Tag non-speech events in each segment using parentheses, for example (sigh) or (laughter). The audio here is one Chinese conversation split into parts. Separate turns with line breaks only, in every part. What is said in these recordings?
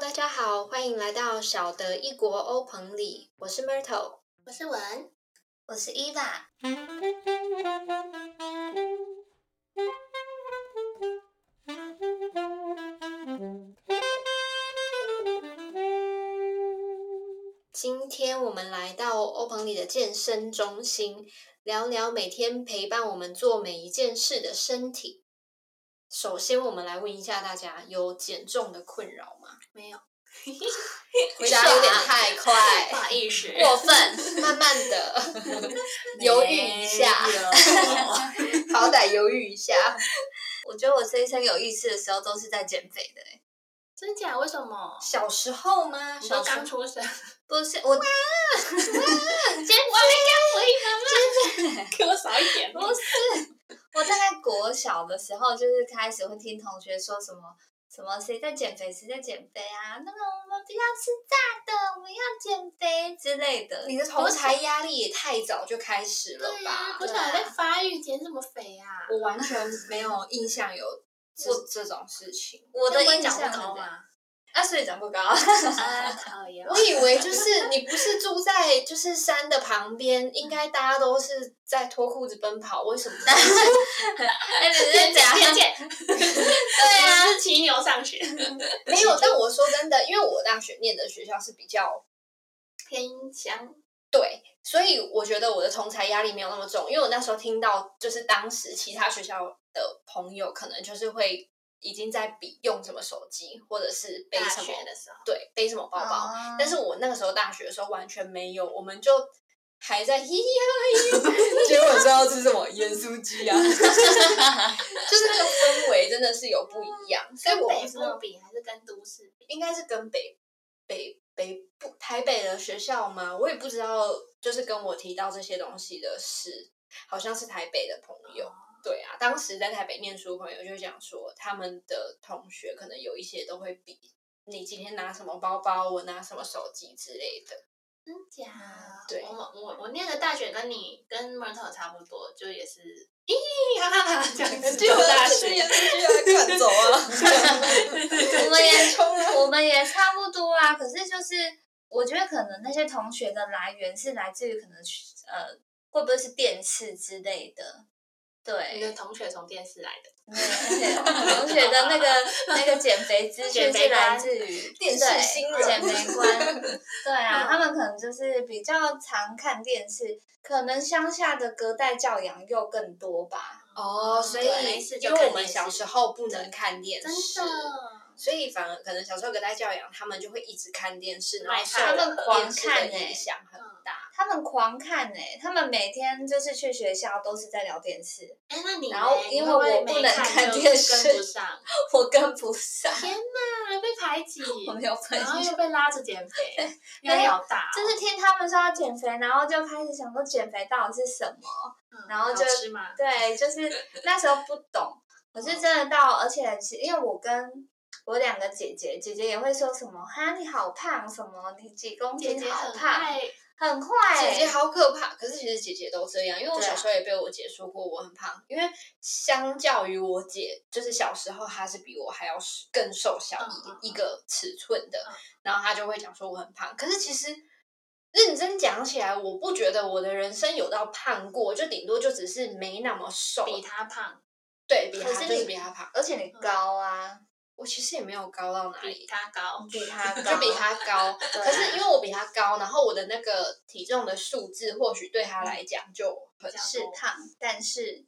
大家好，欢迎来到小的异国欧朋里，我是 Myrtle，
我是文，
我是 Eva。
今天我们来到欧朋里的健身中心，聊聊每天陪伴我们做每一件事的身体。首先，我们来问一下大家，有减重的困扰吗？(laughs)
没有，啊
回答有点太
不好
快， (laughs)
意思，
过分，慢慢
(laughs)
的，犹豫一下， (laughs) 好歹犹豫一下。
我觉得我这一生有意识的时候都是在减肥的、欸，
真假？为什么？
小时候吗？
你
小
说
时候
刚出生，
不是我
你今天
给我少一点
不是，我大概国小的时候就是开始会听同学说什么什么谁在减肥，谁在减肥啊，那个我们不要吃炸的，我们要减肥之类的。
你的同才压力也太早就开始了
对
啊
呀、
吧？啊
我小孩在发育，减什么肥啊？
我完全没有印象有这
我
这种事情。
我的
那不会
印象
长不
是
高
这样
吗？
啊，所以长不高。
(laughs) 啊，讨厌
我以为就是你不是住在就是山的旁边，应该大家都是在脱裤子奔跑，为什么？
(laughs) 哎、你
偏
是
见
讲
偏见，
对啊，
我是骑牛上学，
没有，但我说真的，因为我大学念的学校是比较
偏乡
对，所以我觉得我的同才压力没有那么重，因为我那时候听到就是当时其他学校的朋友可能就是会已经在比用什么手机，或者是背
大
什么
学的时候，
对背什么包包，
哦
但是我那个时候大学的时候完全没有，我们就还在咿呀咿， (laughs) 结果知道吃什么盐酥鸡 (laughs) 啊，就是那个氛围真的是有不一样，所以
跟
我
北
不知
部
道
比还是跟都市比？
应该是跟北北北部台北的学校吗？我也不知道，就是跟我提到这些东西的是，好像是台北的朋友。
哦
对啊，当时在台北念书，朋友就讲说，他们的同学可能有一些都会比你今天拿什么包包，我拿什么手机之类
(laughs)
的。
真假？
对
我我我念的大学跟你跟 m e r t o 差不多，就也是啊咦哈哈哈这样 (laughs) 子
啊就
读大
是
学。
去看走
(laughs)
啊，
(laughs) 我们也我们也差不多啊，可是就是我觉得可能那些同学的来源是来自于可能呃，会不会是电视之类的？
你
对，
的同学从电视来的，
对同学的那个那个减肥资讯
减
是
肥
来
观
自于
电视
对
新闻
减肥观，对啊
嗯，
他们可能就是比较常看电视，可能乡下的隔代教养又更多吧。
哦，所以
对没事就
因
看
为我们
电视
小时候不能看电视，
真的。
所以反而可能小时候隔代教养，他们就会一直看电视，然
买
后受
他
们
电视
狂
的
看
影
欸
响很大。
他们狂看哎、他们每天就是去学校都是在聊电视，
哎，那你
然后
嘞
因
你
为
会会
我不
没
能看
就
电
跟
视
不上，
我跟不上，
天哪，被排挤，
(laughs) 我没有朋
然后
友。
又被拉着减肥，
(laughs) 没有
压力好大哦，
就是听他们说要减肥，然后就开始想说减肥到底是什么，
嗯
然后
好
就
吃嘛，
对，就是那时候不懂，可是真的到，而且其因为我跟我两个姐姐，姐姐也会说什么哈你好胖，什么你几公
姐
斤
姐
好
很
胖，
爱
很快欸、
姐姐好可怕，可是其实姐姐都这样，因为我
对啊
小时候也被我姐说过我很胖，因为相较于我姐，就是小时候她是比我还要瘦更瘦小
嗯嗯
一一个尺寸的
嗯，
然后她就会讲说我很胖，可是其实。认真讲起来，我不觉得我的人生有到胖过，就顶多就只是没那么瘦，
比她胖，
对比
可
她
是
就是
你
比她胖。
而且你高啊，
我其实也没有高到哪里，
比她高，
比她哦高，
就比 (laughs) 他高。
对啊
可是因为我比他高，然后我的那个体重的数字，或许对他来讲就很
这，样
是胖，但是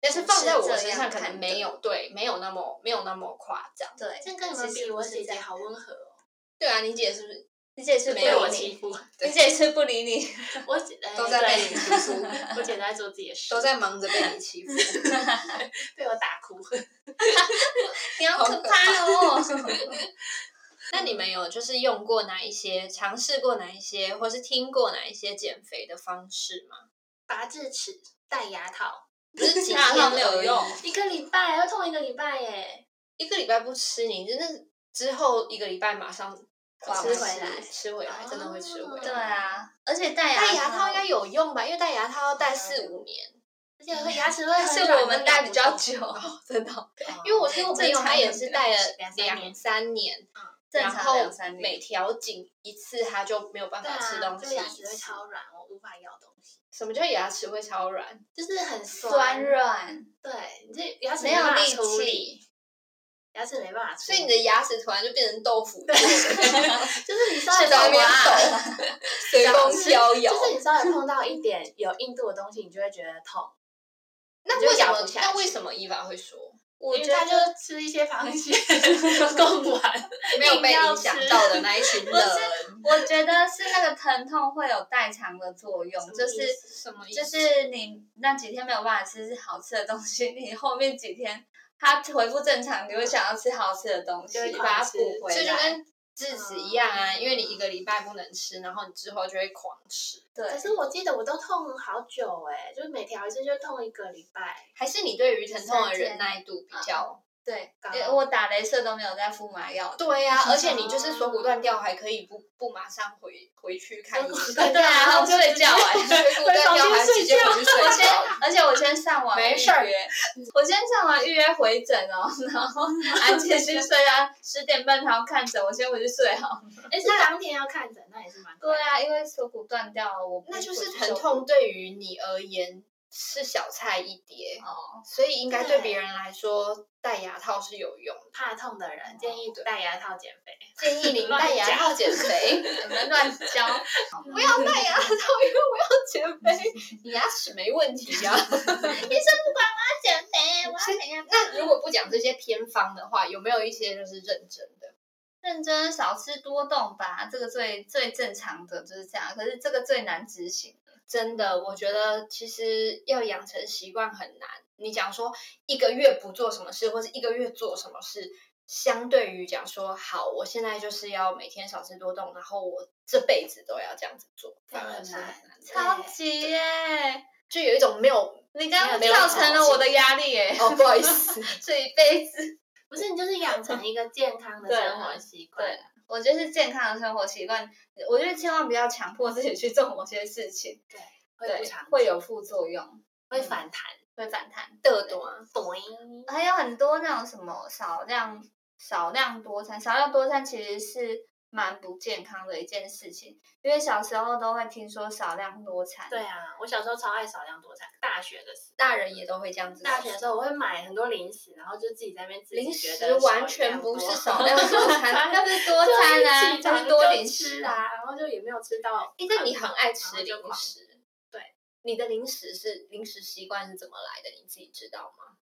但是放在我身
哦是这
上
样
可能
看的
没有对，没有那么没有那么夸张。
对，
这跟你们
其实
比，我
不是
姐
这
姐
样
好温和哦，
对啊，你姐是不是
你姐是不
没
理
有
被我
你
欺负，
你，姐是不理你，
我姐哎
都在被你
对
欺负，
(laughs) 我姐在做自己的事，
都在忙着被你欺负？ (laughs)
被我打哭，
你好
好
可
可
怕哦！
那你们有就是用过哪一些，尝试过哪一些，或是听过哪一些减肥的方式吗？
拔智齿，戴牙套，
不
(laughs)
是几
那好
天
像没有
而已
用
一个礼拜要痛一个礼拜耶，
一个礼拜不吃，你真的之后一个礼拜马上
狂
吃
回来
吃回来真的会吃回来。
对啊，而且戴
戴
牙
牙套应
要
该有用吧？因为戴牙套要戴四五年，
而且会牙齿会很
是
软
我们戴比较，
会咬不
(laughs)
久，真的。
动
因为我听我朋友
正常
他也是戴了
两三年
两三年
嗯，
正
然
常
后
两三
每
年，
调紧一次，它就没有办
对
法
啊，
吃东
就
西一
牙齿会
次。
超软，我无法咬东西，
什么叫牙齿会超软？
就是很
酸
酸。
软，
对，你这牙齿
没有
办法
力
处理
气，
牙齿没办法处
所
理，
以你的牙齿突然就变成豆腐做 (laughs) 的，
就是你稍微啊
是在那边
碰
抖，随风飘摇。
就是你稍微碰到一点有硬度的东西，你就会觉得痛。
那
你就
为什
咬
么
不？下
那
去
为什么伊娃会说
我
因
觉
为他
得
就吃一些螃 (laughs) 蟹贡丸，
没有被
硬要
影响
吃
到的那一群
不是
人？
我觉得是那个疼痛会有代偿的作
什
用，
么
就是
意
什么意思？
就是你那几天没有办法吃好吃的东西， (laughs) 你后面几天它恢复正常，你会想要吃好吃的东西
就会，狂
把它
吃
补回
这就
来。
跟智齿一样啊，因为你一个礼拜不能吃，然后你之后就会狂吃。
对
可，是我记得我都痛好久哎、就是每调一次就痛一个礼拜。
还是你对于疼痛的
三
忍
天
耐度比较？
对
高，
因为我打镭射都没有在敷麻 (laughs) 药的，
对呀、
嗯
而且你就是锁骨断掉，还可以不不马上回回去看医
锁
生，
骨断
(laughs) 对
掉
啊
然后
然后就
睡觉哎，
(laughs)
锁骨断掉还直接回去
啊我 (laughs)
睡
先
觉。，
而且我先上网
没
预
事儿
约，我先上网预约回诊哦，然后安姐去睡啊，十点半她要看诊，我先回去睡 (laughs) 好了。
哎、是当天要看诊，那也是蛮快
对啊，因为锁骨断掉了，我不
那就是
回去
疼
就
痛对于你而言是小菜一碟，
哦，
所以应该对
对
别人来说戴牙套是有用
(laughs)
的。
怕痛的人建议
对
戴牙套减肥。
建议您
乱
戴牙
讲
套减肥，
你们乱 (laughs) 教，
不要
嗯
戴牙套，因为我要减肥。
(laughs)
你牙齿没问题呀、
啊减肥，我
要那如果不讲这些偏方的话，有没有一些就是认真的？
认真少吃多动吧，这个最最正常的就是这样。可是这个最难执行，
真的，我觉得其实要养成习惯很难。你讲说一个月不做什么事，或是一个月做什么事，相对于讲说好，我现在就是要每天少吃多动，然后我这辈子都要这样子做，
这
反
样
而
很
是很
难
难的，
超级耶！
就有一种 (laughs) 没有
你刚刚
没有
造成了我的压力耶，
哦，不好意 (laughs) 思，
(laughs) 这一辈子。
不是，你就是养成一个健康的
对
生活习惯。
对我觉得是健康的生活习惯，我觉得千万不要强迫自己去做某些事情，
对，会
对
不长，久
会有副作用，
会反弹，
会反弹。
得多啊。
咚
还有很多那种什么少量少量多餐，少量多餐其实是蛮不健康的一件事情，因为小时候都会听说少量多餐，
对啊，我小时候超爱少量多餐，大学的时候。
大人也都会这样子搞。
大学的时候，我会买很多零食，然后就自己在那边自己
零
觉
食
得少
完全
量
不
(laughs) 多
是少量多餐，
那
(laughs)
不是多
就是
餐啊，
起
就
床
是多
就
零
吃
食。
啊，然后就也没有吃到。
哎，但你很爱吃
然后就
零
狂
食，
对，
你的零食是零食习惯是怎么来的？你自己知道吗？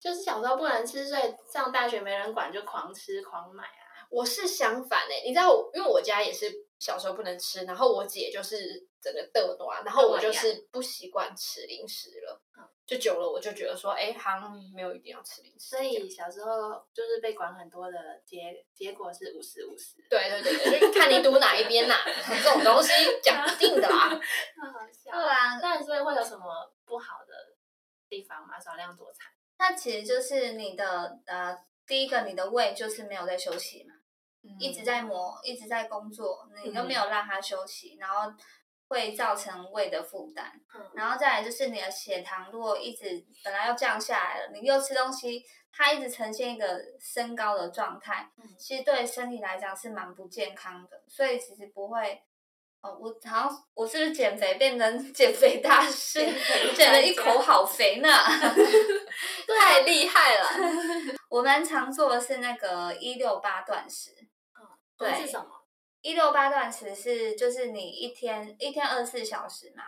就是小时候不能吃，所以上大学没人管，就狂吃狂买啊。
我是相反哎、你知道我，因为我家也是小时候不能吃，然后我姐就是整个嘚嚅啊，然后我就是不习惯吃零食了
嗯，
就久了我就觉得说，哎、好像没有一定要吃零食这
所
样，
以小时候就是被管很多的结结果是五十五十。
对对对对，就是看你赌哪一边 (laughs) 啦、这种东西讲不定的啊 (laughs) 啦。
很好笑
对。啊，
但所以会有什么不好的地方吗？少量多餐。
那其实就是你的呃，第一个你的胃就是没有在休息嘛，一
嗯
直
嗯
在磨，一直在工作，你都没有让它休息，然后会造成胃的负担。
嗯，
(laughs) 然后再来就是你的血糖如果一直本来要降下来了，你又吃东西，它一直呈现一个升高的状态，
嗯
其实对身体来讲是蛮不健康的，所以其实不会。哦，我好像我是不是减肥变成 (laughs) 减肥大师？减了一
(laughs)
口好肥呢。
啊
太厉害了，
(laughs) 我们常做的是那个一六八断食。对
哦是什么？
一六八断食是就是你一天一天二十四小时嘛，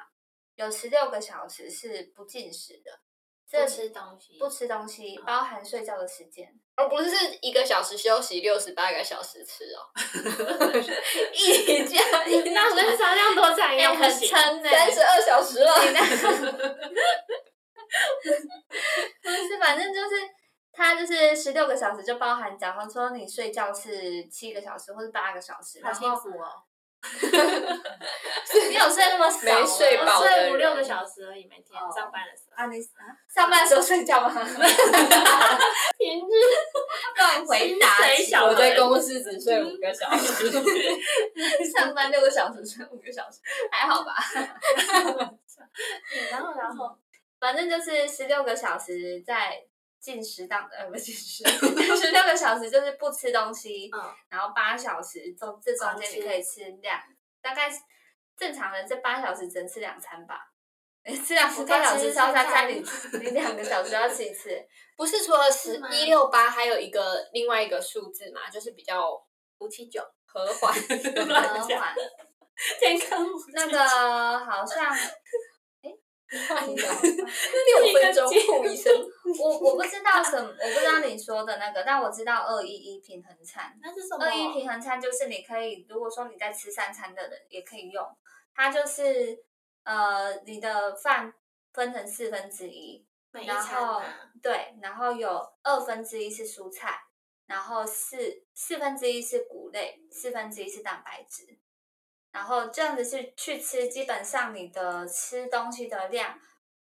有十六个小时是不进食的，这
不吃东西。 (laughs)
不吃东西，包含睡觉的时间，
而哦不是一个小时休息，六十八个小时吃哦，
一 (laughs) 加一
那我跟少量多餐一
哎
样不
很
行。
撑呢、
三十二小时了。
(laughs) 不是，反正就是它就是十六个小时就包含，假如说你睡觉是七个小时或是八个小时，
好
然
幸
后
福哦，
你有睡那么少吗
没睡饱
我
的
睡五
人
六个小时而已，每天
哦
上班的时候。
啊？你啊上班的时候睡觉吗？
平日
乱回答，
薪水小
我在公司只睡五个小时，
上班六个小时，睡五个小时，还好吧？
(laughs) 然后然后嗯
反正就是十六个小时在进食档的，呃，不是进食，就是六个小时就是不吃东西，
嗯
然后八小时中这中间你可以吃两，大概正常人这八小时只能吃两餐吧。诶吃两
我
吃
刚
八小
吃
时
一
烧三
餐
餐，你你两个小时要吃一次，
不是除了
是
十
吗
一六八，还有一个另外一个数字嘛，就是比较五七
(laughs)
九和缓
很缓。
健 (laughs) 康舞
那个好像，哎、
乱讲
欸，
六分钟哭一声，
我我不知道什么，我不知道你说的那个，但我知道二一一平衡餐。
(laughs) 那是什么？
二一平衡餐就是你可以，如果说你在吃三餐的人也可以用，它就是呃你的饭分成四分之一，
每一
然
餐
后
啊，
对，然后有二分之一是蔬菜，然后四四分之一是谷类，四分之一是蛋白质，然后这样子去去吃，基本上你的吃东西的量，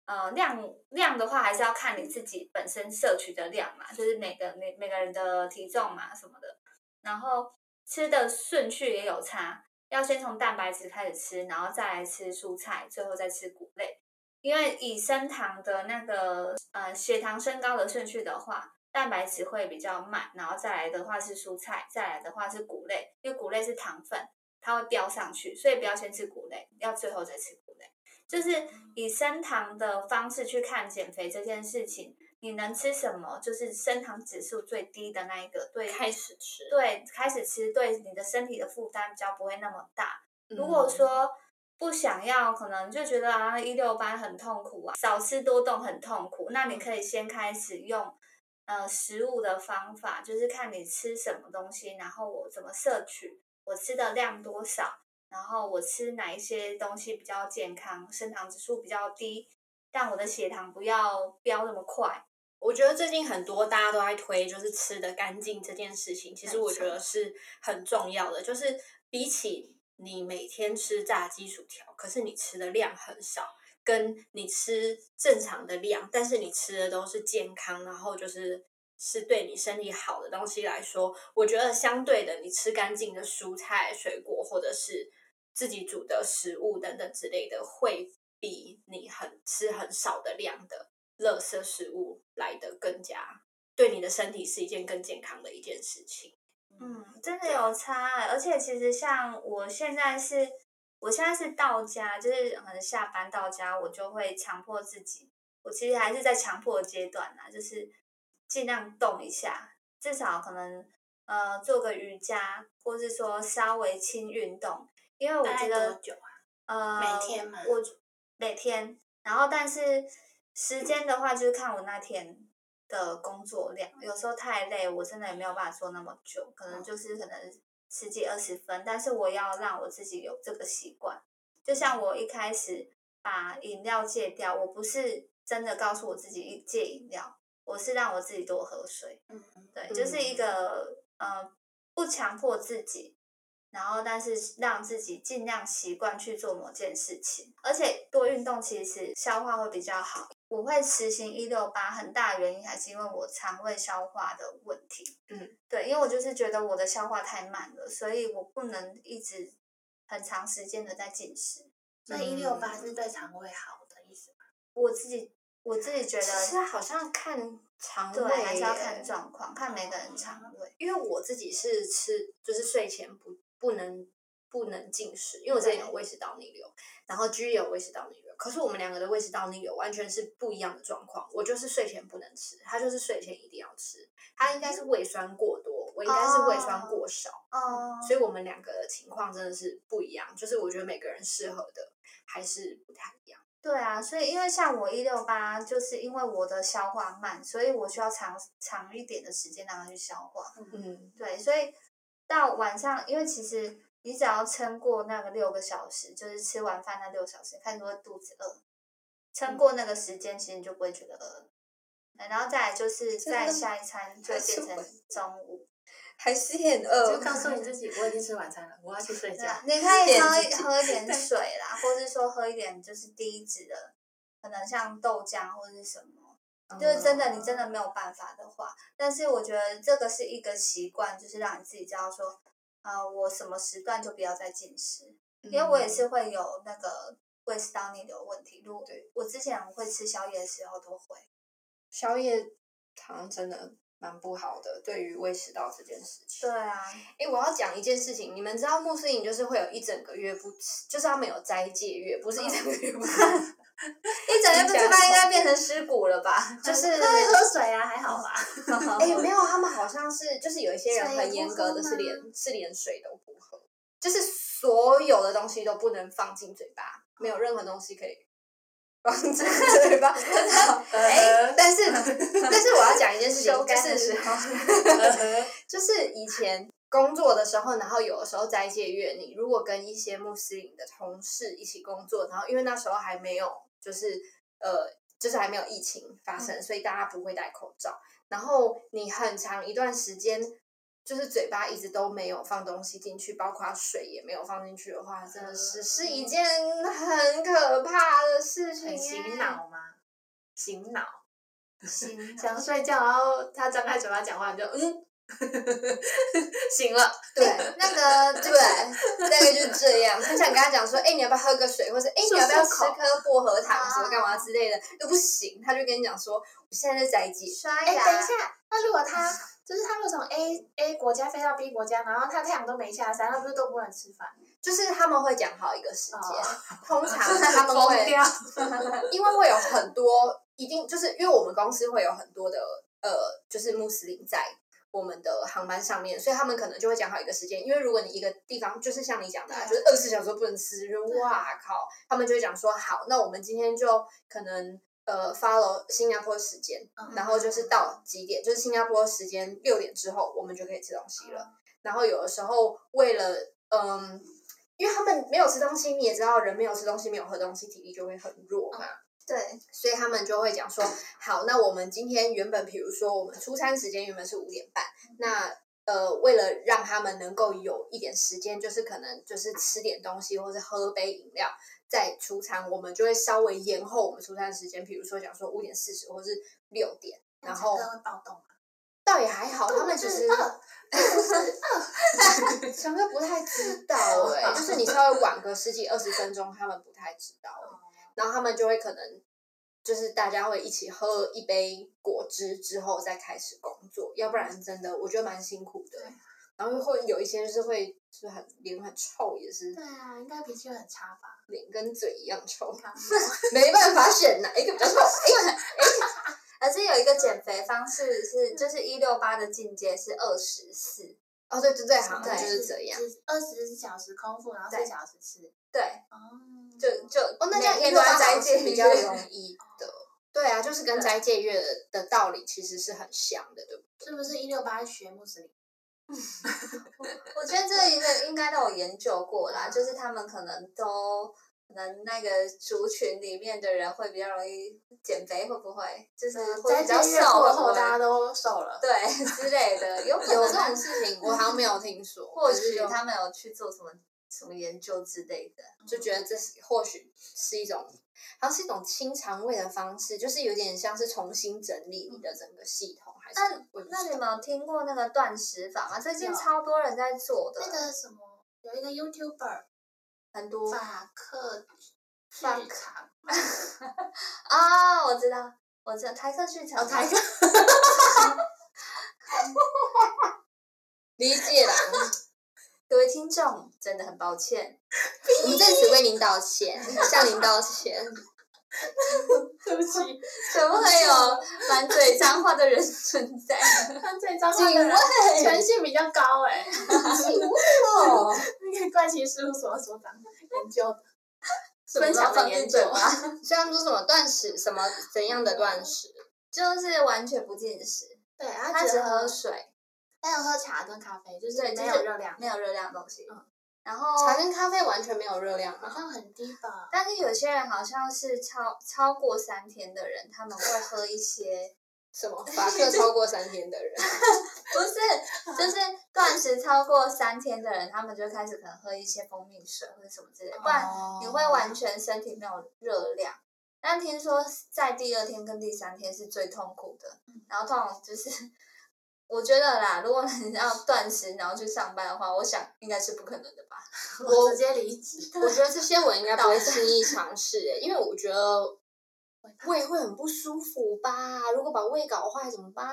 呃量量的话还是要看你自己本身摄取的量嘛，就是每个每每个人的体重嘛什么的，然后吃的顺序也有差，要先从蛋白质开始吃，然后再来吃蔬菜，最后再吃谷类。因为以升糖的那个呃血糖升高的顺序的话，蛋白质会比较慢，然后再来的话是蔬菜，再来的话是谷类，因为谷类是糖分，它会飙上去，所以不要先吃谷类，要最后再吃谷类。就是以升糖的方式去看减肥这件事情，你能吃什么，就是升糖指数最低的那一个，对
开始吃。 (laughs)
对开始吃对你的身体的负担比较不会那么大。
嗯
如果说不想要，可能就觉得啊一六八很痛苦啊，少吃多动很痛苦，那你可以先开始用呃食物的方法，就是看你吃什么东西，然后我怎么摄取，我吃的量多少，然后我吃哪一些东西比较健康，升糖指数比较低，但我的血糖不要飙那么快。
我觉得最近很多大家都在推，就是吃的干净这件事情，其实我觉得是很重要的。就是比起你每天吃炸鸡薯条，可是你吃的量很少，跟你吃正常的量，但是你吃的都是健康，然后就是是对你身体好的东西来说，我觉得相对的，你吃干净的蔬菜、水果，或者是自己煮的食物等等之类的，会比你很吃很少的量的垃圾食物来的更加对你的身体是一件更健康的一件事情。
嗯，真的有差欸、而且其实像我现在是，我现在是到家，就是可能下班到家，我就会强迫自己，我其实还是在强迫的阶段啦，就是尽量动一下，至少可能呃做个瑜伽，或是说稍微轻运动，因为我
大概
觉得
多久啊？
呃，
每天吗
我每天，然后但是时间的话，就是看我那天的工作量，有时候太累，我真的也没有办法做那么久，可
哦
能就是可能十几二十分，但是我要让我自己有这个习惯。就像我一开始把饮料戒掉，我不是真的告诉我自己戒饮料，我是让我自己多喝水。
嗯，
对，就是一个、呃，不强迫自己，然后但是让自己尽量习惯去做某件事情，而且多运动其实消化会比较好。我会实行一六八，很大的原因还是因为我肠胃消化的问题。
嗯，
对，因为我就是觉得我的消化太慢了，所以我不能一直很长时间的在进食。
所以一六八是对肠胃好的意思吗。
我自己我自己觉
其实
得，
啊好像看肠胃
对，还是要
耶啊
看状况，看每个人肠胃。
因为我自己是吃，就是睡前不不能不能进食，因为我之前有胃食道逆流，然后 G 也有胃食道逆流，可是我们两个的胃食道逆流完全是不一样的状况。我就是睡前不能吃，他就是睡前一定要吃，他应该是胃酸过多，我应该是胃酸过少，
哦，
所以我们两个的情况真的是不一样。就是我觉得每个人适合的还是不太一样。
对啊，所以因为像我一六八，就是因为我的消化慢，所以我需要长长一点的时间让它去消化。
嗯，
对，所以到晚上，因为其实你只要撑过那个六个小时，就是吃完饭那六小时，看你会肚子饿，
嗯
撑过那个时间，其实你就不会觉得饿。然后再来就是
真的
再下一餐就
还
会
是
变成
会
中午，
还是很
就告诉你自己，我已经吃晚餐了，我要去睡
对
觉
啊，。你可以
点
喝
自己
喝一点水啦，或是说喝一点就是低脂的，可能像豆浆或是什么。就是真的，你真的没有办法的话，但是我觉得这个是一个习惯，就是让你自己知道说，啊、我什么时段就不要再进食，
嗯，
因为我也是会有那个胃食道逆流问题。如果
对
我之前会吃宵夜的时候都会，
宵夜好像真的蛮不好的，对于胃食道这件事情。
对啊，
哎，我要讲一件事情，你们知道穆斯林就是会有一整个月不吃，就是他们有斋戒月，不是一整个月不吃，
一整天不吃饭应该变成尸骨了吧？
就是
那会喝水啊，还好吧？
(laughs) 哎、
哦 (laughs)
没有，他们好像是就是有一些人
水
很
不
严
喝
格的，是
吗
连是连水都不喝，就是所有的东西都不能放进嘴巴，没有任何东西可以放进 (laughs) 嘴
哦 (laughs)
巴。
嗯 (laughs)
哎、但是但是我要讲一件事
(laughs)
情，
收
就
干的时
是 (laughs)
候，(laughs)
嗯 (laughs)
就是以前工作的时候，然后有的时候斋戒月，你如果跟一些穆斯林的同事一起工作，然后因为那时候还没有就是呃，就是还没有疫情
嗯
发生，所以大家不会戴口罩。然后你很长一段时间，就是嘴巴一直都没有放东西进去，包括水也没有放进去的话，真的
呃
是是一件很可怕的事情、
很醒，脑吗？醒脑，
醒
想睡觉，然后他张开嘴巴讲话，你就嗯， (laughs) 醒了。
对，那 (laughs) 个对，大概就是这样。很想跟他讲说，哎、你要不要喝个水，或者哎、你要不要吃颗薄荷糖，什么干嘛之类的，又不行，他就跟你讲说，我现在在宅急，
刷
哎、
牙，
等一下，那如果他就是他们从 A A 国家飞到 B 国家，然后他太阳都没下山，他不是都不能吃饭？
就是他们会讲好一个时间，
哦
通常他们
(laughs) 疯
会，
掉。
(laughs) 因为会有很多，一定就是因为我们公司会有很多的呃，就是穆斯林在。我们的航班上面，所以他们可能就会讲好一个时间，因为如果你一个地方就是像你讲的、啊，就
对
是二十四小时都不能吃，就哇靠，他们就会讲说好，那我们今天就可能呃 follow 新加坡时间，
嗯
然后就是到几点，就是新加坡时间六点之后，我们就可以吃东西了。然后有的时候为了嗯，因为他们没有吃东西，你也知道，人没有吃东西，没有喝东西，体力就会很弱嘛。
对，
所以他们就会讲说，好，那我们今天原本比如说我们出餐时间原本是五点半，那呃，为了让他们能够有一点时间，就是可能就是吃点东西或是喝杯饮料再出餐，我们就会稍微延后我们出餐时间，比如说讲说五点四十或是六点，然后
会暴动吗？
倒也还好，他们其
(laughs)
实
哦
强哥不太知道哎、就是你稍微晚个十几二十分钟，他们不太知道、欸然后他们就会可能就是大家会一起喝一杯果汁之后再开始工作，要不然真的我觉得蛮辛苦的。然后会有一些就是会就是很脸很臭，也是
对啊，应该脾气会很差吧？
脸跟嘴一样臭
你，看，
(laughs) 没办法选哪一个比较臭。
而且有一个减肥方式是，就是一六八的境界是二十四，
哦，对对对，好像
对
就是这样。，
二十小时空腹，然后
对
四小时吃。
对，
哦，
就就
哦，那
每
这样
天
一
都
六
要
八
斋
斋
戒
戒
比
比
较
较
容
容
易。
易的。对啊，就是跟斋戒月的道理其实是很像的，对不对？
是不是一六八学穆斯林？
我觉得这一个应该都有研究过啦，就是他们可能都可能那个族群里面的人会比较容易减肥，会不会就是
嗯
会
在
比
这
较瘦
月过
会
后，
不
大家
会？
都瘦了。
对之类的，有可
有
能
这
他
种事情，我好像没有听说。
嗯或
可是
许
就
他们有去做什么什么研究之类的。
就觉得这是或许是一种，好像是一种清肠胃的方式，就是有点像是重新整理你的整个系统，还是我也不
那
知
你
道
们有听过那个断食法吗？最近
有
超多人在做的，
那个什么，有一个 YouTuber
很多
法克
法
剧场，
啊、我知道，我知道台客剧场，
哦台
客，
理
(laughs)
解啦。
各位听众，真的很抱歉，
我们在此为您道歉，向您道
(laughs)
歉。
对不起，
怎
哦
么会有满嘴脏话的人存在？
他这张
请问，
权限比较高哎、
请问哦，
那个怪奇事务所所长研究的，
分享
的
放
研
进
究
嘴巴，
啊 (laughs) 虽然说什么断食，什么怎样的断食，
就是完全不进食，
对，他
他
只
只
喝
喝，水，
他有喝茶跟咖啡，就是
对
没
就
有
是
热量，
没有热量的东西
嗯。
然后，
茶跟咖啡完全没有热量
好
嘛。
像很低吧？
但是有些人好像是超超过三天的人，他们会喝一些。
什么
(laughs)
法克超过三天的人，
不是，就是断食超过三天的人，他们就开始可能喝一些蜂蜜水或者什么之类的，不然
哦
你会完全身体没有热量。但听说在第二天跟第三天是最痛苦的，然后通常就是 (laughs) 我觉得啦，如果你要断食然后去上班的话，我想应该是不可能的吧。
我直接离职。
(laughs) 我觉得这些我应该不会轻易尝试、欸，因为我觉得胃会很不舒服吧？如果把胃搞坏怎么办？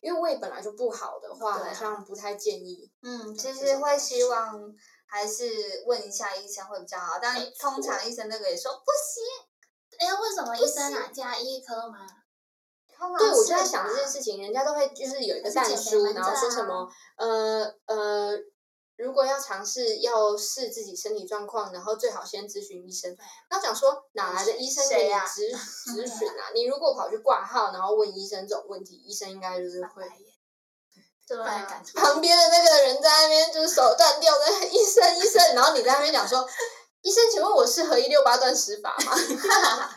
因为胃本来就不好的话，
对啊
好像不太建议。对
嗯，其
这
实
种
会
东
希
西
望还是问一下医生会比较好，但
没
通
错
常医生那个也说不行。
哎，为什么医生啊加医科嘛？
通常
对，我
是
就在想这件
吧，
事情，人家都会就是有一个
还
蛋
是减肥
书，
门
然后
诊
说
啊
什么呃呃，如果要尝试要试自己身体状况，然后最好先咨询医生。那讲说哪来的医生给
谁
你
呀 (laughs)
咨咨询啊？你如果跑去挂号，然后问医生这种问题，医生应该就是会。
对
不然
啊
感，觉
旁边的那个人在那边就是手断掉的医生医生，然后你在那边讲说， (laughs) 医生，请问我适合一六八断食法
(laughs)
吗？
哎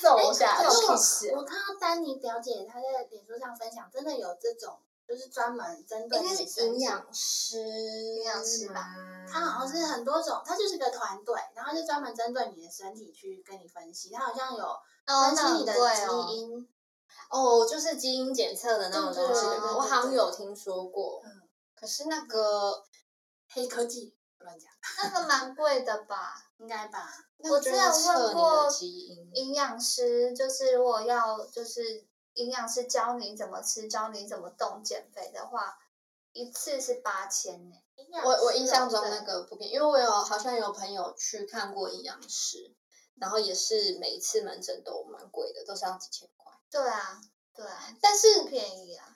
揍
可是
去
我
死！
我看到丹尼表姐她在脸书上分享，真的有这种，就是专门针对
应该
女
是
生
营养师，营
养师吧？
它好像是很多种，它就是个团队，然后是专门针对你的身体去跟你分析。它好像有
哦
分
那
析你
很
的
贵哦
基因，
哦，就是基因检测的那种东西，
对对对
对不对
对
我好像
对
有听说过。
嗯，
可是那个
黑科技乱讲，
那个蛮贵的吧？
应该吧？
那个
我
就
之
要
前问
测你
过
的基因，
营养师就是如果要就是营养师教你怎么吃，教你怎么动减肥的话，一次是八千呢。
我我印象中
对
那个不便宜，因为我有好像有朋友去看过营养师，然后也是每一次门诊都蛮贵的，都是要几千块。
对啊，对啊，
但是
不便宜啊。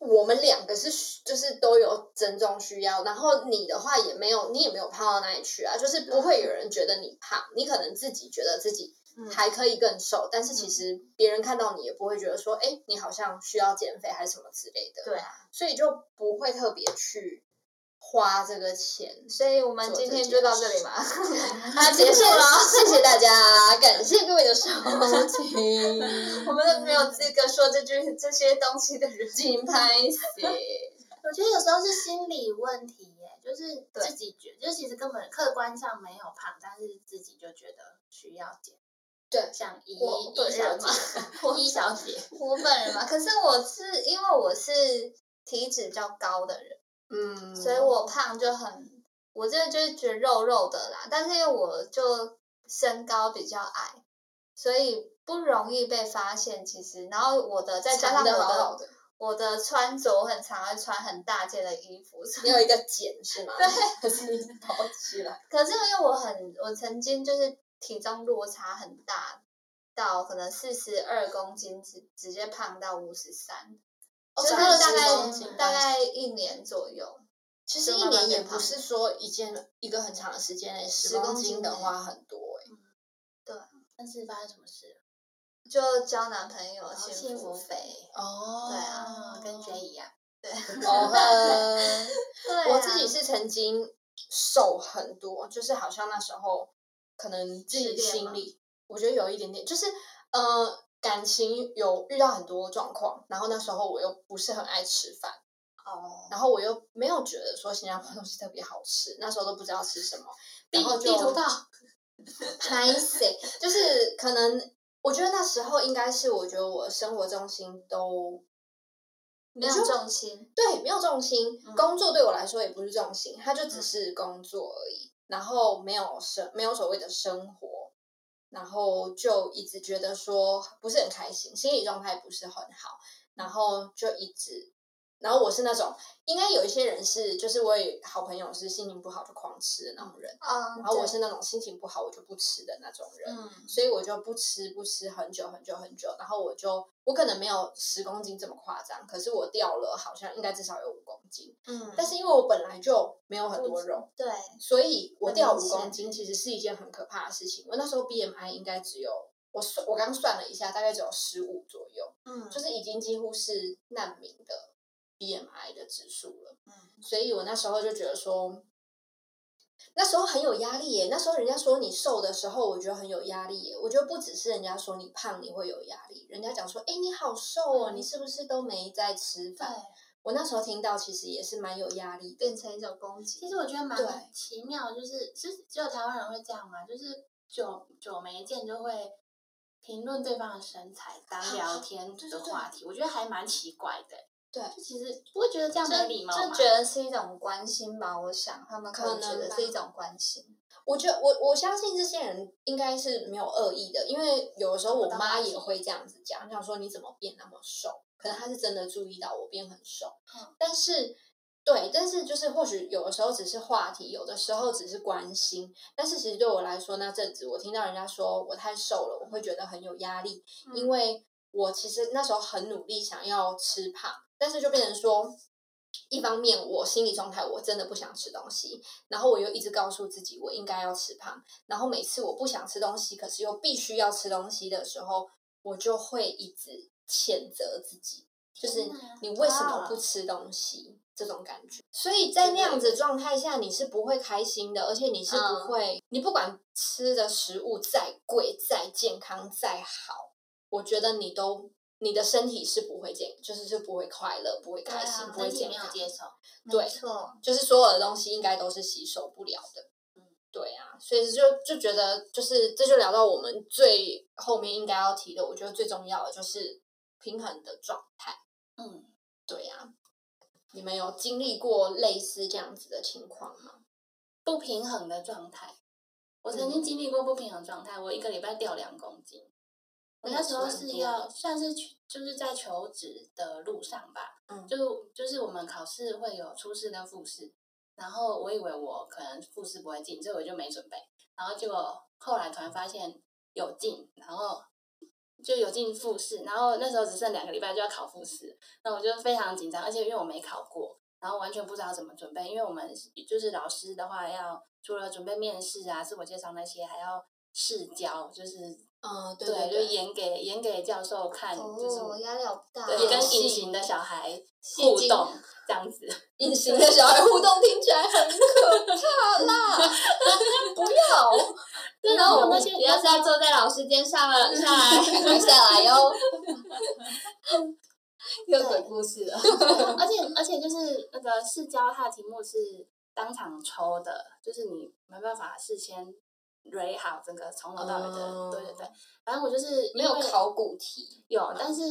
我们两个是需就是都有增重需要，然后你的话也没有，你也没有胖到哪里去啊，就是不会有人觉得你胖，你可能自己觉得自己
嗯
还可以更瘦，但是其实别人看到你也不会觉得说，哎、你好像需要减肥还是什么之类的，
对啊，
所以就不会特别去花这个钱。
所以我们今天就到
(laughs)
这里吧。
啊，结束了， (laughs) 谢谢大家，感谢各位
(laughs)
的收听，
我们都没有资格说这句这些东西的人。
请拍谢。
我觉得有时候是心理问题耶，就是
对
自己觉，就其实根本客观上没有胖，但是自己就觉得需要减。
对
像一
我
一
本
小
人嘛
姐， (laughs) 一小姐，
(laughs) 我本人嘛，可是我是因为我是体脂比较高的人。
嗯，
所以我胖就很，我这个就是觉得肉肉的啦，但是因为我就身高比较矮，所以不容易被发现。其实，然后我的再加上
藏
我
得
的
好好的。
我的穿着，我很常会穿很大件的衣服，所以
你有一个茧是吗？ (laughs) 对，是包起来。
可是因为我很，我曾经就是体重落差很大，到可能四十二公斤直直接胖到五十三，
哦
就是
真的
大
是公
概
斤嗯
大概一年左右。
其实一年也不是说一件一个很长的时间内，十公斤的话很多哎、
但是发生什么事？
就交男朋友，
然后
哦幸
幸
福
福
肥，
肥，
哦
对
(laughs)
啊，跟谁一样？
对，
哦呵。
对啊
我自己是曾经瘦很多，就是好像那时候可能自己
失恋
心
吗
里，我觉得有一点点，就是呃感情有遇到很多状况，然后那时候我又不是很爱吃饭，
哦，
然后我又没有觉得说新加坡东西特别好吃，那时候都不知道吃什么，然后就拍谁，就是可能我觉得那时候应该是我觉得我生活重心都
没有重心，
对，没有重心
嗯，
工作对我来说也不是重心，它就只是工作而已，然后没有生没有所谓的生活，然后就一直觉得说不是很开心，心理状态不是很好，
嗯
然后就一直。然后我是那种，应该有一些人是，就是我有好朋友是心情不好就狂吃的那种人，
嗯，
然后我
对，
是那种心情不好我就不吃的那种人，
嗯，
所以我就不吃不吃很久很久很久，然后我就我可能没有十公斤这么夸张，可是我掉了好像应该至少有五公斤，
嗯，
但是因为我本来就没有很多肉，
对，
所以我掉
很
五
明显
公斤其实是一件很可怕的事情。我那时候 BMI 应该只有我算我刚算了一下，大概只有十五左右，
嗯，
就是已经几乎是难民的 BMI 的指数了。
嗯
所以我那时候就觉得说，那时候很有压力耶。那时候人家说你瘦的时候，我觉得很有压力耶。我觉得不只是人家说你胖你会有压力，人家讲说，哎，你好瘦哦，
嗯
你是不是都没在吃
对，
饭？我那时候听到其实也是蛮有压力的。
变成一种攻
其
击，
实我觉得蛮
对
奇妙，就是是只有台湾人会这样嘛，就是久久没见就会评论对方的身材当聊天
对对
的
对
话题，我觉得还蛮奇怪的。
对
就其实不会觉得这样没礼貌
就
吗？
觉得是一种关心吧，我想他们
可
能觉
能
得
吧
是一种关心，
我觉得我我相信这些人应该是没有恶意的，因为有的时候我妈也会这样子讲，想说你怎么变那么瘦？可能她是真的注意到我变很瘦，
嗯
但是对，但是就是或许有的时候只是话题，有的时候只是关心，但是其实对我来说那阵子，我听到人家说我太瘦了，我会觉得很有压力，
嗯
因为我其实那时候很努力想要吃胖，但是就变成说，一方面我心理状态我真的不想吃东西，然后我又一直告诉自己我应该要吃胖，然后每次我不想吃东西，可是又必须要吃东西的时候，我就会一直谴责自己，就是
天哪
你为什么不吃东西这种感觉。所以在那样子状态下，你是不会开心的，而且你是
嗯
不会，你不管吃的食物再贵、再健康、再好，我觉得你都。你的身体是不会健，就是是不会快乐，不会
对
开心，
啊，
不会
身体
健
没有
康。
接受，
对
没错，
就是所有的东西应该都是吸收不了的。
嗯
对啊，所以就就觉得就是这就聊到我们最后面应该要提的，我觉得最重要的就是平衡的状态。
嗯，
对啊，你们有经历过类似这样子的情况吗？
不平衡的状态。我曾经经历过不平衡状态，我一个礼拜掉两公斤。我那时候是要算是去就是在求职的路上吧，
嗯
就就是我们考试会有初试跟复试，然后我以为我可能复试不会进，所以我就没准备，然后结果后来突然发现有进，然后就有进复试，然后那时候只剩两个礼拜就要考复试，那我就非常紧张，而且因为我没考过，然后完全不知道怎么准备，因为我们就是老师的话要除了准备面试啊、自我介绍那些，还要试教，就是
嗯，对
对
对
就演给演给教授看，就是
哦，压力好大哦，
对
演
跟
戏
隐形的小孩
戏
互
精
动这样子。
隐形的小孩互动听起来很可怕啦，
(laughs)
不要，
对，然后我那 (laughs) 些
不要再坐在老师肩上了，
(laughs)
下来，
赶快下来哟。
又有鬼故事了。
而且而且就是那个试教，它的题目是当场抽的，就是你没办法事先蕊好整个从头到尾的。
哦
对对对，反正我就是
没有
因为
考古题，
有，但是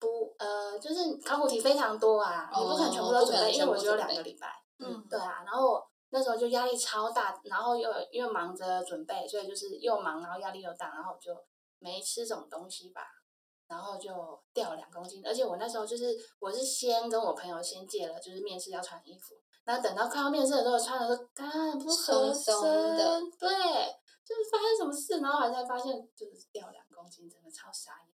不呃，就是考古题非常多啊，你不可能全部
哦
都
不
准
可
备，
能
因为
全
我
部
只有
准
两
备
个礼拜。
嗯，
对啊，然后我那时候就压力超大，然后又因为忙着准备，所以就是又忙，然后压力又大，然后我就没吃什么东西吧，然后就掉两公斤。而且我那时候就是我是先跟我朋友先借了，就是面试要穿衣服，然后等到快要面试的时候穿了说，干不
松
合身，
松的
对，就是发生什么事，然后我才发现就是掉两公斤，真的超傻眼。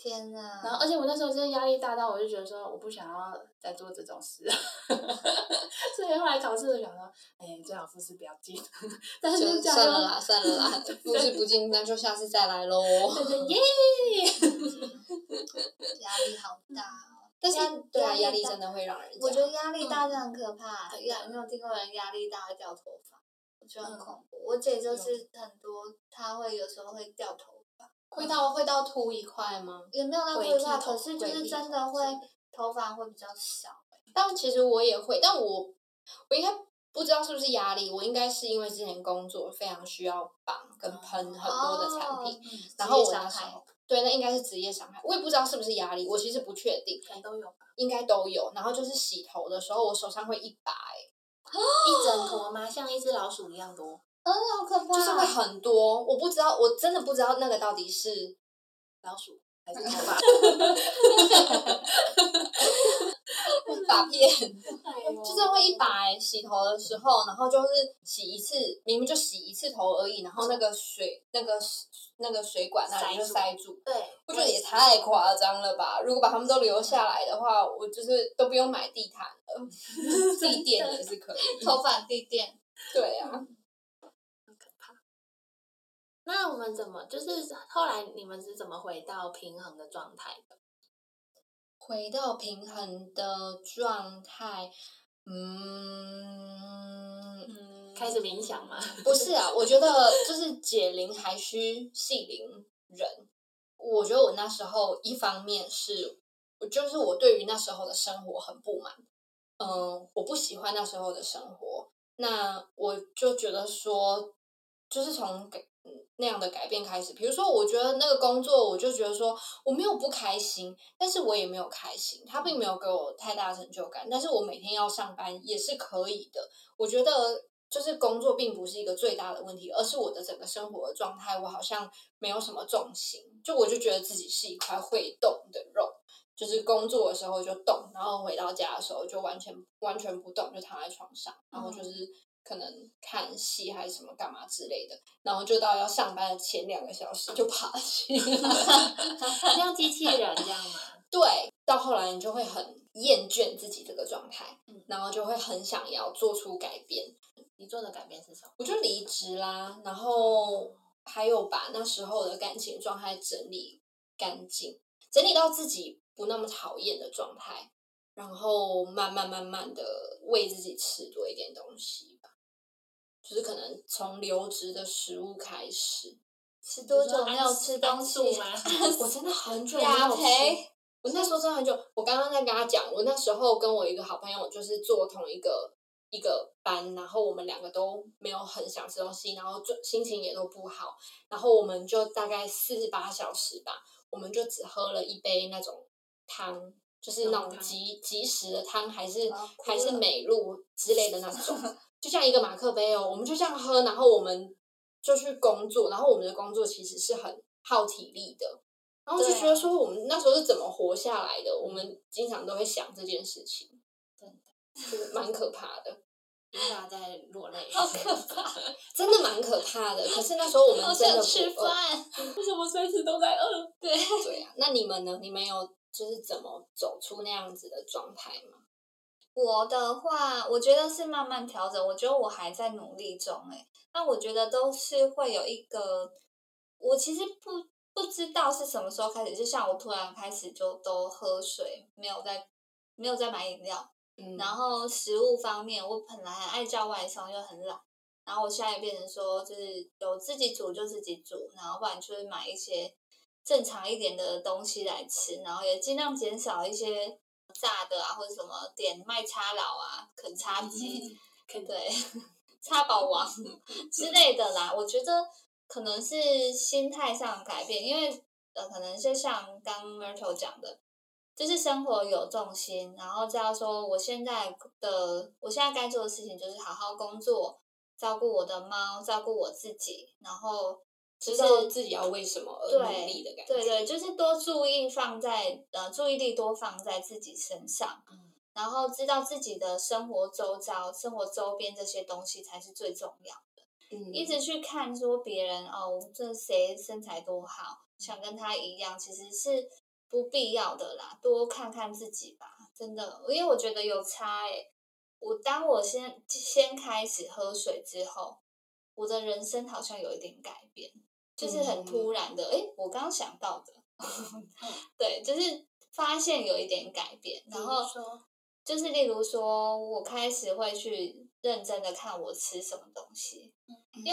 天哪！
然后，而且我那时候真的压力大到，我就觉得说，我不想要再做这种事。 (laughs) 所以后来考试的时候想说，哎、最好复试不要进。 (laughs) 但是
就
这样
算了啦，算了
(laughs)
啦，复试不进，那就下次再来喽。
又，对对耶。
嗯压力好大哦。
(laughs) 但是
压
对啊， (laughs) 压
压
力
力大
真的会让人这样，
我觉得压力
嗯
大真的很可怕，压、没有听过人压力大会掉头发，我觉得
嗯
很恐怖。我姐就是很多，她会有时候会掉头发，
会到会到秃一块吗？
也没有到
鬼
头
剃
发，
头
可是就
鬼
是
剃
真
头
的
之
会
类
头发会比较少。
但其实我也会，但我我应该不知道是不是压力，我应该是因为之前工作非常需要绑跟喷很多的产品，
哦
嗯，
然后
职
我
业
那
伤
时
害
候对，那应该是职业伤害，我也不知道是不是压力，我其实不确定，
可能哎都有吧。
应该都有。然后就是洗头的时候，我手上会一把、欸，
一整坨吗？像一只老鼠一样多。
嗯，好可怕。
就是会很多，我不知道，我真的不知道那个到底
(laughs)
是
老 (laughs) 鼠还是头发？
发片。
(laughs) 就
就是会一把、欸、洗头的时候，然后就是洗一次，明明就洗一次头而已，然后
嗯
那个水那个那个水管那里就塞
塞
住。
对，
我觉得也太夸张了吧！如果把它们都留下来的话，我就是都不用买地
(laughs)
毯了，地垫也是可以。
头发地垫，
对啊，
可怕。那我们怎么就是后来你们是怎么回到平衡的状态的？
回到平衡的状态，嗯，
嗯，开始冥想吗？ (laughs)
不是啊，我觉得就是解铃还需系铃人。我觉得我那时候一方面是，我就是我对于那时候的生活很不满，嗯，我不喜欢那时候的生活。那我就觉得说，就是从改嗯那样的改变开始，比如说，我觉得那个工作，我就觉得说我没有不开心，但是我也没有开心，它并没有给我太大成就感，但是我每天要上班也是可以的。我觉得就是工作并不是一个最大的问题，而是我的整个生活的状态，我好像没有什么重心，就我就觉得自己是一块会动的肉，就是工作的时候就动，然后回到家的时候就完全完全不动，就躺在床上，然后就是可能看戏还是什么干嘛之类的，然后就到要上班的 (laughs) 前两个小时就爬起来，
像机器人这样吗？
对，到后来你就会很厌倦自己这个状态，然后就会很想要做出改变。
你做的改变是什么？
我就离职啦，然后还有把那时候的感情状态整理干净，整理到自己不那么讨厌的状态，然后慢慢慢慢的喂自己吃多一点东西吧，就是可能从流质的食物开始。
吃多久没有吃东西？
你说安安素吗？
我真的很久没
雅
有吃
培。
我那时候真的很久，我刚刚在跟他讲，我那时候跟我一个好朋友就是做同一个一个班，然后我们两个都没有很想吃东西，然后就心情也都不好，然后我们就大概四十八小时吧，我们就只喝了一杯那种汤，就是那
浓
种
汤
即即食的汤，还是
啊哭
还是
了
美露之类的那种， (laughs) 就像一个马克杯哦，我们就这样喝，然后我们就去工作，然后我们的工作其实是很耗体力的，
(laughs)
然后就
对啊
觉得说我们那时候是怎么活下来的，我们经常都会想这件事情，
真的
就是蛮可怕的，
琳达在落泪。
好可怕！
(laughs)
真的蛮可怕的。可是那时候我们
好
真的
想
不
吃
饿
饭。
为什么随时都在饿？
对，
对啊，那你们呢？你们有就是怎么走出那样子的状态吗？
我的话，我觉得是慢慢调整，我觉得我还在努力中诶、那我觉得都是会有一个，我其实不不知道是什么时候开始，就像我突然开始就都喝水，没有在没有在买饮料，
嗯
然后食物方面，我本来很爱叫外送，又很懒，然后我现在变成说，就是有自己煮就自己煮，然后不然就是买一些正常一点的东西来吃，然后也尽量减少一些炸的啊，或者什么点麦叉佬啊、肯叉鸡，
肯
对， (laughs) 叉宝王之类的啦。我觉得可能是心态上的改变，因为呃，可能就像刚 Myrtle 讲的，就是生活有重心，然后知道说我现在的我现在该做的事情就是好好工作，照顾我的猫，照顾我自己，然后就
知
是
道自己要为什么而
对
努力的感觉。
对对，就是多注意放在呃注意力多放在自己身上，
嗯
然后知道自己的生活周遭、生活周边这些东西才是最重要。
嗯
一直去看说别人哦，这谁身材多
嗯
好，想跟他一样，其实是不必要的啦。多看看自己吧，真的，因为我觉得有差诶、我当我先先开始喝水之后，我的人生好像有一点改变，就是很突然的。诶、我刚想到的， (laughs) 对，就是发现有一点改变，然后
说，
就是例如说，我开始会去认真的看我吃什么东西，因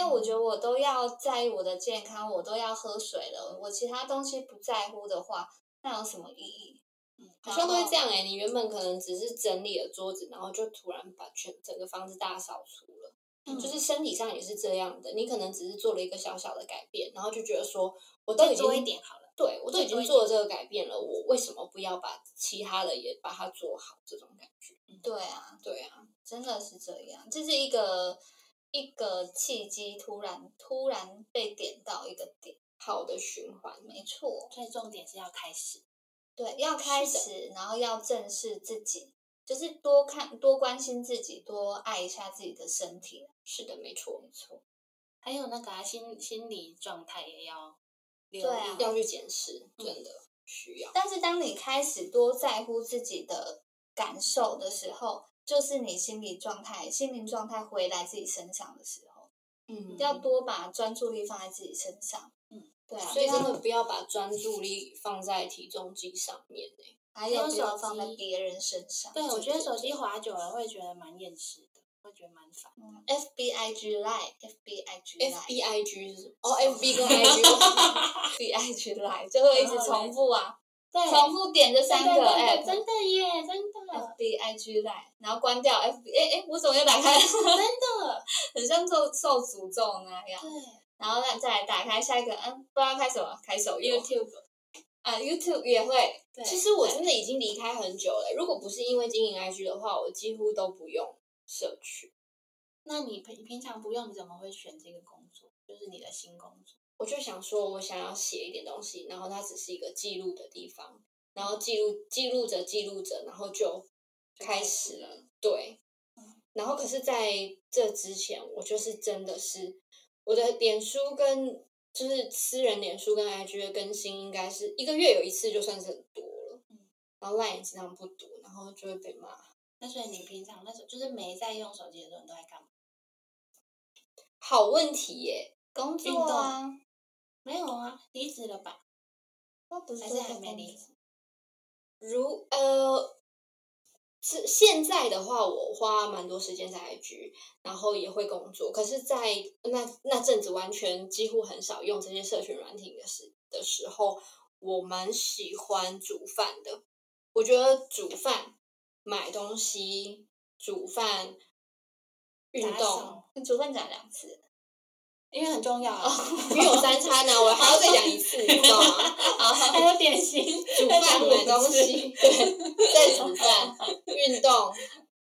嗯
为我觉得我都要在意我的健康，我都要喝水了，我其他东西不在乎的话，那有什么意义？
嗯
好像都会这
样。
样哎、你原本可能只是整理了桌子，然后就突然把全整个房子大扫除了。
嗯
就是身体上也是这样的，你可能只是做了一个小小的改变，然后就觉得说，我都已经
多一点好了。
对我都已
再多
经
一
做了这个改变了，我为什么不要把其他的也把它做好？这种感觉，嗯
对啊，
对啊，
真的是这样，这是一个一个契机，突然突然被点到一个点，
好的循环，
没错，
所以重点是要开始。
对，要开始，然后要正视自己，就是多看多关心自己，多爱一下自己的身体。
是的，没错，没错，
还有那个、啊、心心理状态也要留意。
对啊嗯
要去检视，真的需要。
但是当你开始多在乎自己的感受的时候，就是你心理状态、心灵状态回来自己身上的时候，
嗯
要多把专注力放在自己身上。
嗯，
对啊，
所以
不要
真的不要把专注力放在体重计上面欸
还有
不要
不要
手
放在
机
别人身上。
对，我觉得手机
对
滑久了会觉得蛮厌世的，会觉得蛮烦。
嗯，F B I G Line，F B I G
F
Line，F
B I G 是什么？哦，F B (laughs) 跟 I G，
B I G Line 就会一直
然后嘞
重复啊，
对
重复点这三
真
个
的
app，
真
嗯
的真的耶，真的
F B I G 来，然后关掉 F B，哎哎，诶我怎么又打开
(laughs)
了？
真的，
(laughs) 很像受受诅咒那样。
对
然后再再来打开下一个，嗯，不知道开什么，开手游
YouTube。
啊，YouTube 也会。
对。
其实我真的已经离开很久了，如果不是因为经营 I G 的话，我几乎都不用社群。
那你平平常不用，你怎么会选这个工作？就是你的新工作。
我就想说，我想要写一点东西，然后它只是一个记录的地方，然后记录记录着记录着，然后就开始了。对，
嗯
然后可是在这之前，我就是真的是我的脸书跟就是私人脸书跟 IG 的更新，应该是一个月有一次，就算是很多了。
嗯
然后 LINE 也经常不读，然后就会被骂。
那所以你平常那时候就是没在用手机的时候，你都在干嘛？
好问题耶、
工作啊，
没有啊，离职了吧？
那不
还
做
是还
工
没离
作
职？
如呃，是现在的话，我花蛮多时间在 IG，然后也会工作。可是在，那那阵子完全几乎很少用这些社群软体的时的时候，我蛮喜欢煮饭的。我觉得煮饭、买东西、煮饭、运
打
动，
扫，
你煮饭讲两次，
因为很重要啊，
因为有三餐呢、我还要再讲一次，你知道
(laughs)
吗？
还有点心，
哦 (laughs)
(laughs)
煮饭、买东西，对，再煮饭、运动、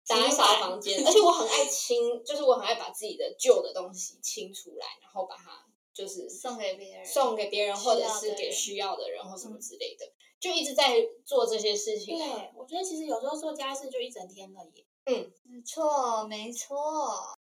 打扫房间，而且我很爱清，就是我很爱把自己的旧的东西清出来，然后把它就是
(laughs) 送给别人，
送给别人，或者
需要
是
的
给
人嗯
需要的人或什么之类的，就一直在做这些事情
(laughs)
啊。
对，我觉得其实有时候做家事就一整天了耶。
没错，没错。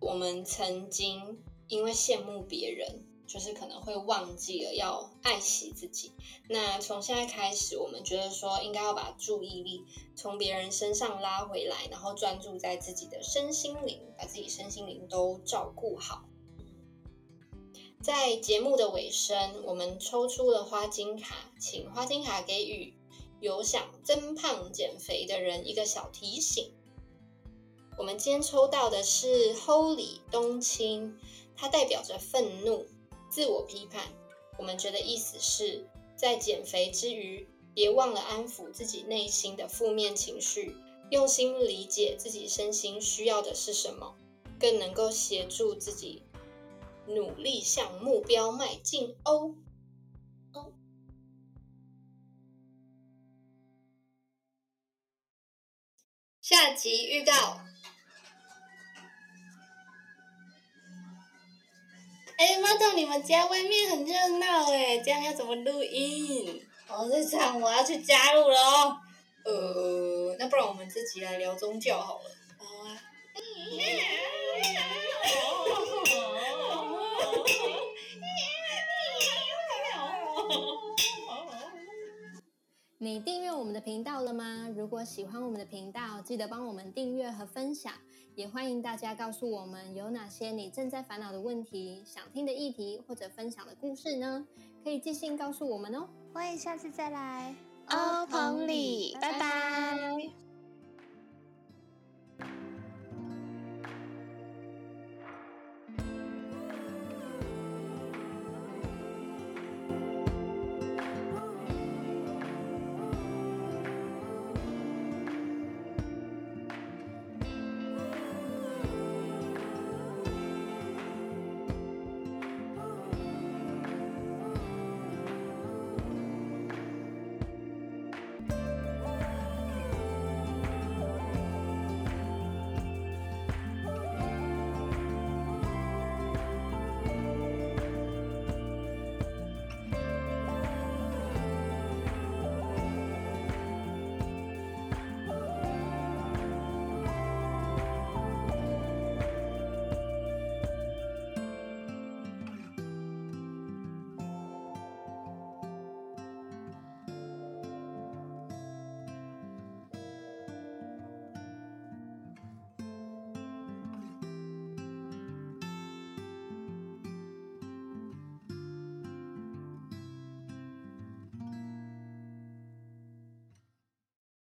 我们曾经因为羡慕别人，就是可能会忘记了要爱惜自己。那从现在开始，我们觉得说应该要把注意力从别人身上拉回来，然后专注在自己的身心灵，把自己身心灵都照顾好。在节目的尾声，我们抽出了花金卡，请花金卡给予有想增胖减肥的人一个小提醒。我们今天抽到的是 Holy 冬青，它代表着愤怒、自我批判。我们觉得意思是在减肥之余，别忘了安抚自己内心的负面情绪，用心理解自己身心需要的是什么，更能够协助自己努力向目标迈进哦。
哦下集预告。哎，妈豆，你们家外面很热闹哎，这样要怎么录音？哦，这场我要去加入了哦。
呃，那不然我们自己来聊宗教好了。
好啊。
你订阅我们的频道了吗？如果喜欢我们的频道，记得帮我们订阅和分享，也欢迎大家告诉我们有哪些你正在烦恼的问题、想听的议题或者分享的故事呢？可以寄信告诉我们哦。
欢迎下次再来
哦欧鹏里拜
拜拜